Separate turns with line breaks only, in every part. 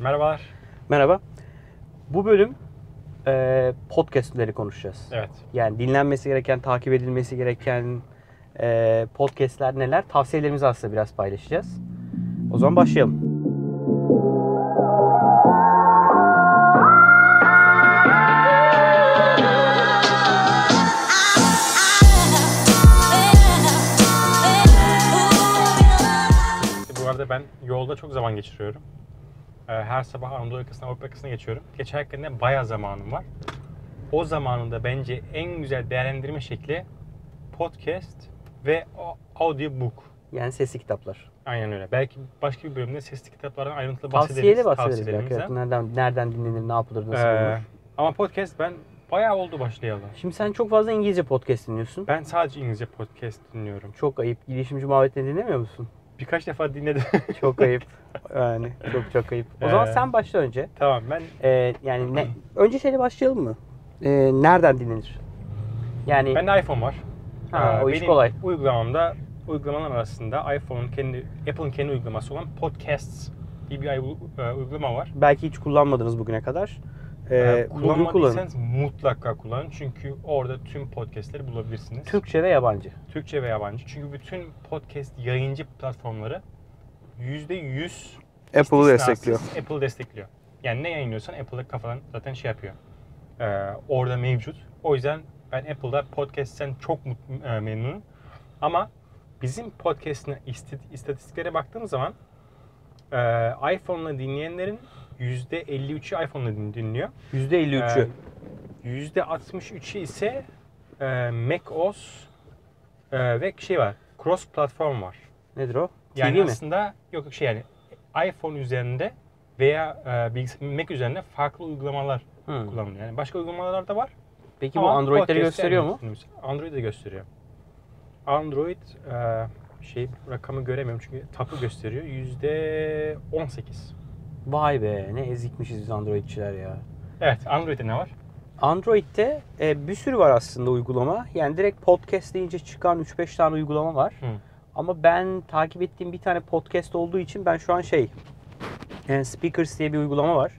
Merhabalar.
Merhaba. Bu bölüm eee podcastleri konuşacağız.
Evet.
Yani dinlenmesi gereken, takip edilmesi gereken eee, podcastler neler? Tavsiyelerimizi aslında biraz paylaşacağız. O zaman başlayalım.
Bu arada ben yolda çok zaman geçiriyorum. Ee, Her sabah Anadolu yakasına, Avrupa yakasına geçiyorum. Geçerken de bayağı zamanım var. O zamanında bence en güzel değerlendirme şekli podcast ve o- audiobook.
Yani sesli kitaplar.
Aynen öyle. Belki başka bir bölümde sesli kitaplardan ayrıntılı bahsederiz.
Tavsiyeli bahsederiz. belki.
tavsiyelerimizden.
Evet, Nereden, nereden dinlenir, ne yapılır, nasıl
Ee,
olur.
ama podcast ben bayağı oldu başlayalı.
Şimdi sen çok fazla İngilizce podcast dinliyorsun.
Ben sadece İngilizce podcast dinliyorum.
Çok ayıp. Girişimci muhabbetini dinlemiyor musun?
Birkaç defa dinledim.
Çok ayıp. Yani çok çok ayıp. O zaman
Ee,
sen başla önce.
tamam ben
Ee, yani ne, önce şeyle başlayalım mı? Ee, nereden dinlenir? Yani
Bende iPhone var.
Ha,
Ee,
o iş
benim
kolay.
Uygulamamda uygulamalar arasında iPhone'un kendi Apple'ın kendi uygulaması olan Podcasts diye bir u- e, uygulama var.
belki hiç kullanmadınız bugüne kadar. Ee,
Ee,
bugün kullanın.
kullanmadıysanız mutlaka kullanın çünkü orada tüm podcast'leri bulabilirsiniz.
Türkçe ve yabancı.
Türkçe ve yabancı. Çünkü bütün podcast yayıncı platformları %100
Apple'ı
İstisnasız
destekliyor.
Apple destekliyor. Yani ne yayınlıyorsan Apple'da kafadan zaten şey yapıyor. Ee, orada mevcut. O yüzden ben Apple'da podcast'ten çok mut- e, memnunum. Ama bizim podcast'in isti- istatistiklere baktığım zaman e, iPhone'la dinleyenlerin %53'ü iPhone'la din- dinliyor.
%53'ü.
Ee, %63'ü ise e, macOS e, ve şey var. Cross platform var.
Nedir o?
Ee, Yani
TV Şey mi?
aslında yok yok şey yani iPhone üzerinde veya e, bilgisayar Mac üzerinde farklı uygulamalar
Hmm.
kullanılıyor. Yani başka uygulamalar da var.
Peki bu
ama
Android'leri
podcast'te
gösteriyor
en
mu?
üstünümüz. Android'i gösteriyor. Android e, şey rakamı göremiyorum çünkü tapı gösteriyor. Yüzde 18.
Vay be ne ezikmişiz biz Androidçiler ya.
Evet Android'de ne var?
Android'de e, bir sürü var aslında uygulama. Yani direkt podcast deyince çıkan 3-5 tane uygulama var.
Hı.
Ama ben takip ettiğim bir tane podcast olduğu için ben şu an şey e, Speakers diye bir uygulama var.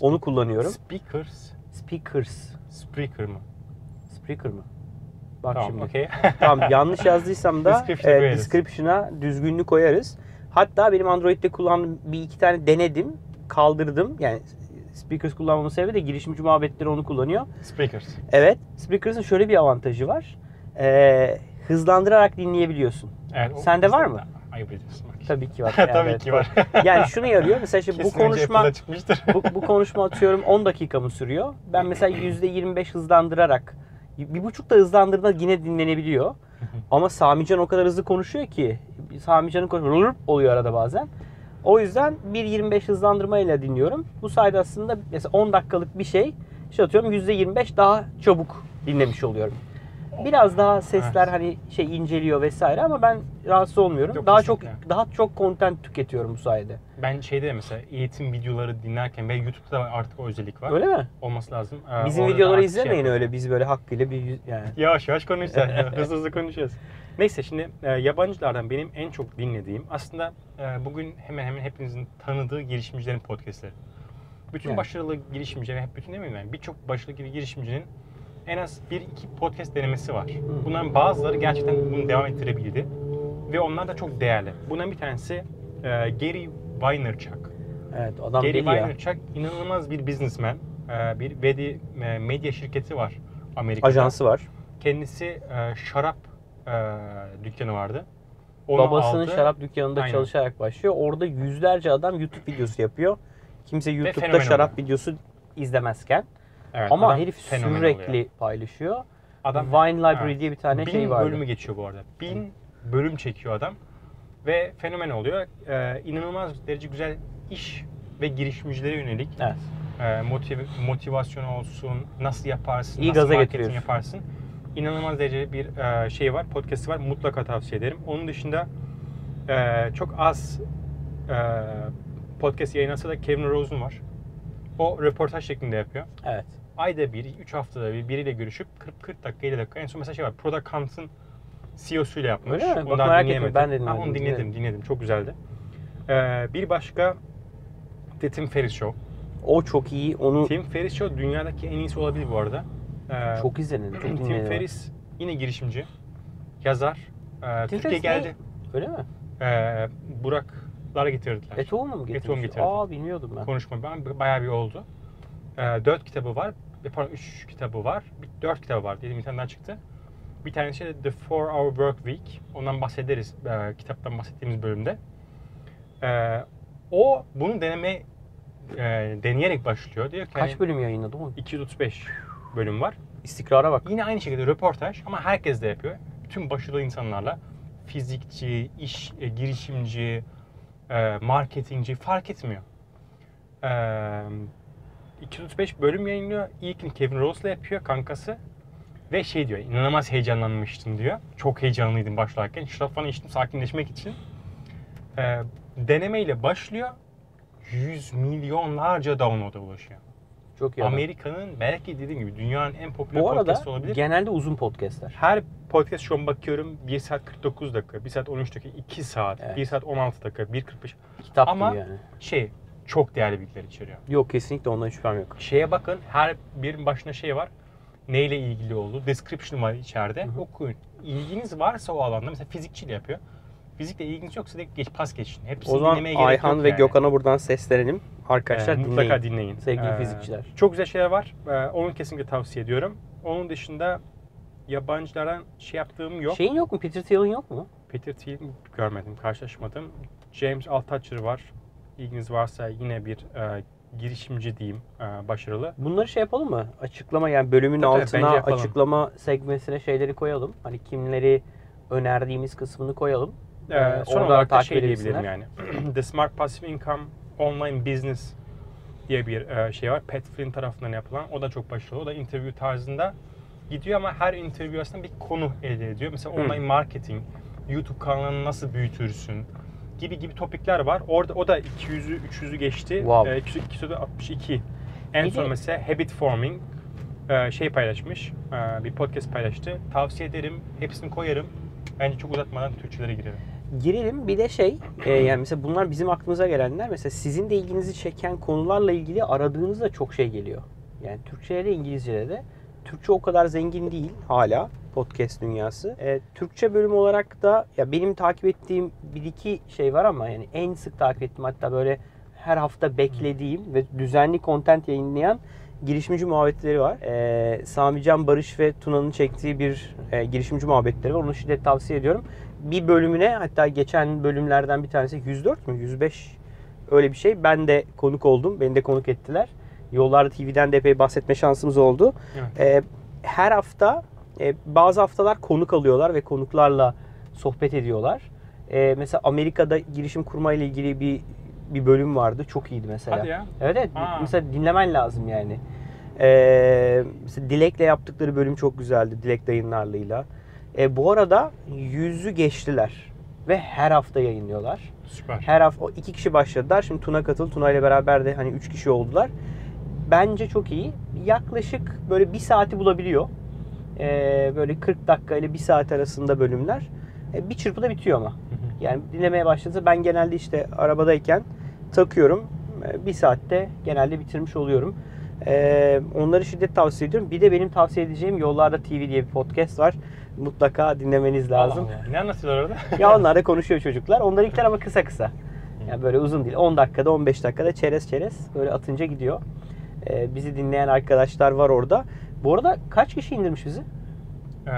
Onu kullanıyorum.
Speakers.
Speakers.
Spreaker mı?
Spreaker mı? Bak
Tamam
şimdi.
okey.
Tamam yanlış yazdıysam da
Description'a
e,
koyarız.
description'a düzgünlü koyarız. Hatta benim Android'de kullandığım bir iki tane denedim. Kaldırdım. Yani Speakers kullanmamın sebebi de girişimci muhabbetleri onu kullanıyor.
Spreakers.
Evet. Speakers'ın şöyle bir avantajı var. E, hızlandırarak dinleyebiliyorsun.
Evet, o-
Sende var mı?
Ayıp ediyorsun. bak.
Tabii ki var.
Tabii
Evet,
ki var.
Yani şunu yarıyor. Mesela şimdi bu
Kesin önce
konuşma
Apple'da çıkmıştır.
bu, bu konuşma atıyorum 10 dakika mı sürüyor? Ben mesela %25 hızlandırarak bir buçuk da hızlandırma yine dinlenebiliyor. Ama Samican o kadar hızlı konuşuyor ki Samican'ın konuşması "Rırp" oluyor arada bazen. O yüzden 1.25 hızlandırma ile dinliyorum. Bu sayede aslında mesela 10 dakikalık bir şey işte atıyorum %25 daha çabuk dinlemiş oluyorum. Biraz daha sesler
Evet.
hani şey inceliyor vesaire ama ben rahatsız olmuyorum.
Yok,
daha
kesinlikle.
çok daha çok content tüketiyorum bu sayede.
Ben şeyde de mesela eğitim videoları dinlerken ve YouTube'da da artık o özellik var.
Öyle mi?
Olması lazım. Ee,
Bizim
orada da
videoları
artık şey
izlemeyin
yapıyor.
öyle biz böyle hakkıyla bir yüz- yani.
Yavaş yavaş konuşacağız. hızlı hızlı konuşacağız. Neyse şimdi e, yabancılardan benim en çok dinlediğim aslında e, bugün hemen hemen hepinizin tanıdığı girişimcilerin podcastleri. Bütün
Yani.
başarılı girişimci ve hep bütün demeyeyim yani birçok başarılı gir- girişimcinin en az bir iki podcast denemesi var. Bunların bazıları gerçekten bunu devam ettirebildi ve onlar da çok değerli. Bundan bir tanesi e, Gary Vaynerchuk.
Evet adam
Gary
deli ya.
Vaynerchuk inanılmaz bir businessman. Ee, Bir vedi- e, medya şirketi var Amerika'da.
Ajansı var.
Kendisi e, şarap e, dükkanı vardı. Onu
Babasının
aldı
şarap dükkanında
Aynen.
çalışarak başlıyor. Orada yüzlerce adam YouTube videosu yapıyor. Kimse YouTube'da
fenomen
şarap
oluyor.
videosu izlemezken
Evet,
ama
adam
herif
fenomen
sürekli
oluyor.
paylaşıyor.
adam
Vine Library
Evet.
diye bir tane
bin
şey vardı.
bölümü geçiyor bu arada. Bin bölüm çekiyor adam ve fenomen oluyor. Ee, inanılmaz derece güzel iş ve girişimcilere yönelik
Evet.
e, motiv- motivasyon olsun, nasıl yaparsın,
İyi
nasıl
gaza
marketing
getiriyor.
yaparsın. İnanılmaz derece bir e, şey var, podcast'i var. Mutlaka tavsiye ederim. Onun dışında e, çok az e, podcast yayınlasa da Kevin Rose'un var. O röportaj şeklinde yapıyor.
Evet.
Ayda bir, 3 haftada bir biriyle görüşüp 40-40 dakika, 50 dakika. En son mesela şey var, Product Hunt'ın CEO'suyla yapmış.
Öyle mi? Bak
Onu daha
merak ettim,
dinleyemedim.
ben de dinlemedim,
Ha, onu dinledim,
dinledim.
dinledim. Çok güzeldi. E, bir başka The Tim Ferriss Show.
O çok iyi. Onu
Tim Ferriss Show dünyadaki en iyisi olabilir bu arada. Ee,
çok izlenir. Çok
Tim
dinlenir.
Ferriss yine girişimci, yazar. Ee, Türkiye
Ferriss
geldi.
Öyle mi?
Ee, Buraklar getirdiler.
Etoğlu mu getirmiş?
Eto'nu getirdi.
Aa bilmiyordum ben.
konuşma ben bayağı bir oldu. Ee, dört kitabı var. e, Pardon üç kitabı var. Bir, dört kitabı var diyelim internetten çıktı. Bir tanesi de The Four Hour Work Week. Ondan bahsederiz. e, kitaptan bahsettiğimiz bölümde. Ee, o bunu deneme e, deneyerek başlıyor. Diyor ki hani,
Kaç bölüm yayınladı oğlum?
235 bölüm var.
İstikrara bak.
Yine aynı şekilde röportaj ama herkes de yapıyor. Tüm başarılı insanlarla fizikçi, iş e, girişimci, e, marketingci fark etmiyor. E, 235 bölüm yayınlıyor. İlkini Kevin Rose'la yapıyor kankası. Ve şey diyor, inanılmaz heyecanlanmıştım diyor. Çok heyecanlıydım başlarken. Şarap falan içtim sakinleşmek için. E, denemeyle başlıyor. 100 milyonlarca download'a ulaşıyor.
Çok iyi. adam.
Amerika'nın belki dediğim gibi dünyanın en popüler
Bu arada
podcast'ı olabilir.
genelde uzun podcastler.
Her podcast şu an bakıyorum 1 saat 49 dakika, 1 saat 13 dakika, 2 saat,
Evet.
1 saat 16 dakika, 1.45.
Kitap
Ama-
gibi yani.
Şey çok değerli bilgiler içeriyor.
Yok kesinlikle ondan hiç şüphem yok.
Şeye bakın her birinin başına şey var. Neyle ilgili oldu? Description var içeride.
Hı hı.
Okuyun. İlginiz varsa o alanda mesela fizikçiyle yapıyor. Fizikle ilginiz yoksa direkt geç, pas geçin. Hepsini
O zaman
dinlemeye gerek
Ayhan
yok
ve
yani.
Gökhan'a buradan seslenelim. Arkadaşlar
Ee,
dinleyin.
mutlaka dinleyin.
Sevgili fizikçiler.
Çok güzel şeyler var. Ee, onu kesinlikle tavsiye ediyorum. Onun dışında yabancılardan şey yaptığım yok.
Şeyin yok mu? Peter Thiel'in yok mu?
Peter Thiel görmedim, karşılaşmadım. James Altucher var. İlginiz varsa yine bir e, girişimci diyeyim, e, başarılı.
Bunları şey yapalım mı? Açıklama yani bölümün
Tabii, tabii,
altına
bence yapalım.
açıklama segmentine şeyleri koyalım. Hani kimleri önerdiğimiz kısmını koyalım.
E,
Ee,
son
oradan
olarak da
takip
şey diyebilirim
edebilsinler.
yani. The Smart Passive Income Online Business diye bir e, şey var. Pat Flynn tarafından yapılan. O da çok başarılı. O da interview tarzında gidiyor ama her interview aslında bir konu elde ediyor. Mesela
Hı.
online marketing, YouTube kanalını nasıl büyütürsün gibi gibi topikler var. Orada o da 200'ü 300'ü geçti.
Wow.
Ee, 200'ü 262. En
Bir de-
son mesela habit forming e, şey paylaşmış. e, Bir podcast paylaştı. Tavsiye ederim. Hepsini koyarım. Bence çok uzatmadan Türkçelere girelim.
Girelim bir de şey e, yani mesela bunlar bizim aklımıza gelenler mesela sizin de ilginizi çeken konularla ilgili aradığınızda çok şey geliyor. Yani Türkçe'ye de İngilizce'ye de. Türkçe o kadar zengin değil hala podcast dünyası. E, Türkçe bölüm olarak da ya benim takip ettiğim bir iki şey var ama yani en sık takip ettiğim hatta böyle her hafta beklediğim ve düzenli content yayınlayan girişimci muhabbetleri var. E, Sami Can Barış ve Tuna'nın çektiği bir e, girişimci muhabbetleri var. Onu şiddetle tavsiye ediyorum bir bölümüne hatta geçen bölümlerden bir tanesi 104 mü 105 öyle bir şey. Ben de konuk oldum. Beni de konuk ettiler. Yollarda TV'den de epey bahsetme şansımız oldu.
Evet.
Ee, her hafta e, bazı haftalar konuk alıyorlar ve konuklarla sohbet ediyorlar. Ee, mesela Amerika'da girişim kurma ile ilgili bir bir bölüm vardı. Çok iyiydi mesela.
Hadi ya.
Evet evet.
Aa.
Mesela dinlemen lazım yani. Ee, mesela Dilek'le yaptıkları bölüm çok güzeldi. Dilek yayınlarlıyla. Ee, bu arada yüzü geçtiler. Ve her hafta yayınlıyorlar.
Süper.
Her hafta o iki kişi başladılar. Şimdi Tuna katıl. Tuna ile beraber de hani üç kişi oldular. Bence çok iyi. Yaklaşık böyle bir saati bulabiliyor. Ee, böyle 40 dakika ile bir saat arasında bölümler. Ee, bir çırpıda bitiyor ama. Yani dinlemeye başladığınızda ben genelde işte arabadayken takıyorum. Ee, Bir saatte genelde bitirmiş oluyorum. Ee, onları şiddet tavsiye ediyorum. Bir de benim tavsiye edeceğim Yollarda TV diye bir podcast var. Mutlaka dinlemeniz lazım.
Allah Allah. Ne anlatıyorlar orada?
ya onlar da konuşuyor çocuklar. Onlarınkiler ama kısa kısa. Yani böyle uzun değil. 10 dakikada 15 dakikada çerez çerez böyle atınca gidiyor. Ee, bizi dinleyen arkadaşlar var orada. Bu arada kaç kişi indirmiş bizi?
Ee,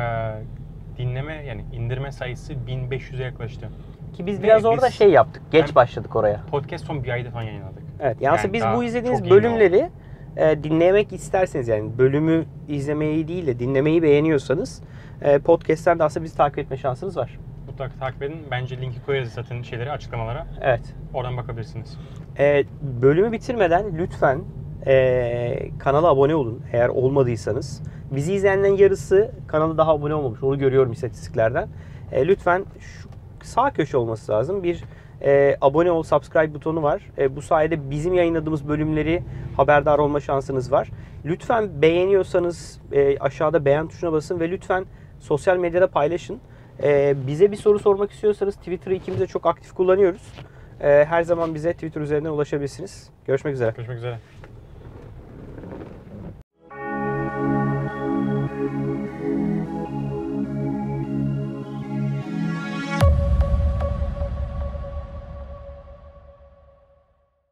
dinleme yani indirme sayısı 1500'e yaklaştı.
Ki biz
Ve
biraz orada
biz-
şey yaptık. Geç
Ben-
başladık oraya.
Podcast son bir ayda falan yayınladık.
Evet. Yani aslında
Yani
biz
daha
bu izlediğiniz
çok yeni oldu.
bölümleri e, dinlemek isterseniz yani bölümü izlemeyi değil de dinlemeyi beğeniyorsanız e, podcast'ten de aslında bizi takip etme şansınız var.
Mutlaka takip edin. Bence linki koyarız zaten şeyleri açıklamalara.
Evet.
Oradan bakabilirsiniz.
E, bölümü bitirmeden lütfen e, kanala abone olun eğer olmadıysanız. Bizi izleyenlerin yarısı kanala daha abone olmamış. Onu görüyorum istatistiklerden. E, lütfen şu sağ köşe olması lazım. Bir e, abone ol, subscribe butonu var. E, bu sayede bizim yayınladığımız bölümleri haberdar olma şansınız var. Lütfen beğeniyorsanız e, aşağıda beğen tuşuna basın ve lütfen sosyal medyada paylaşın. E, bize bir soru sormak istiyorsanız Twitter'ı ikimiz de çok aktif kullanıyoruz. Ee, her zaman bize Twitter üzerinden ulaşabilirsiniz. Görüşmek üzere.
Görüşmek üzere.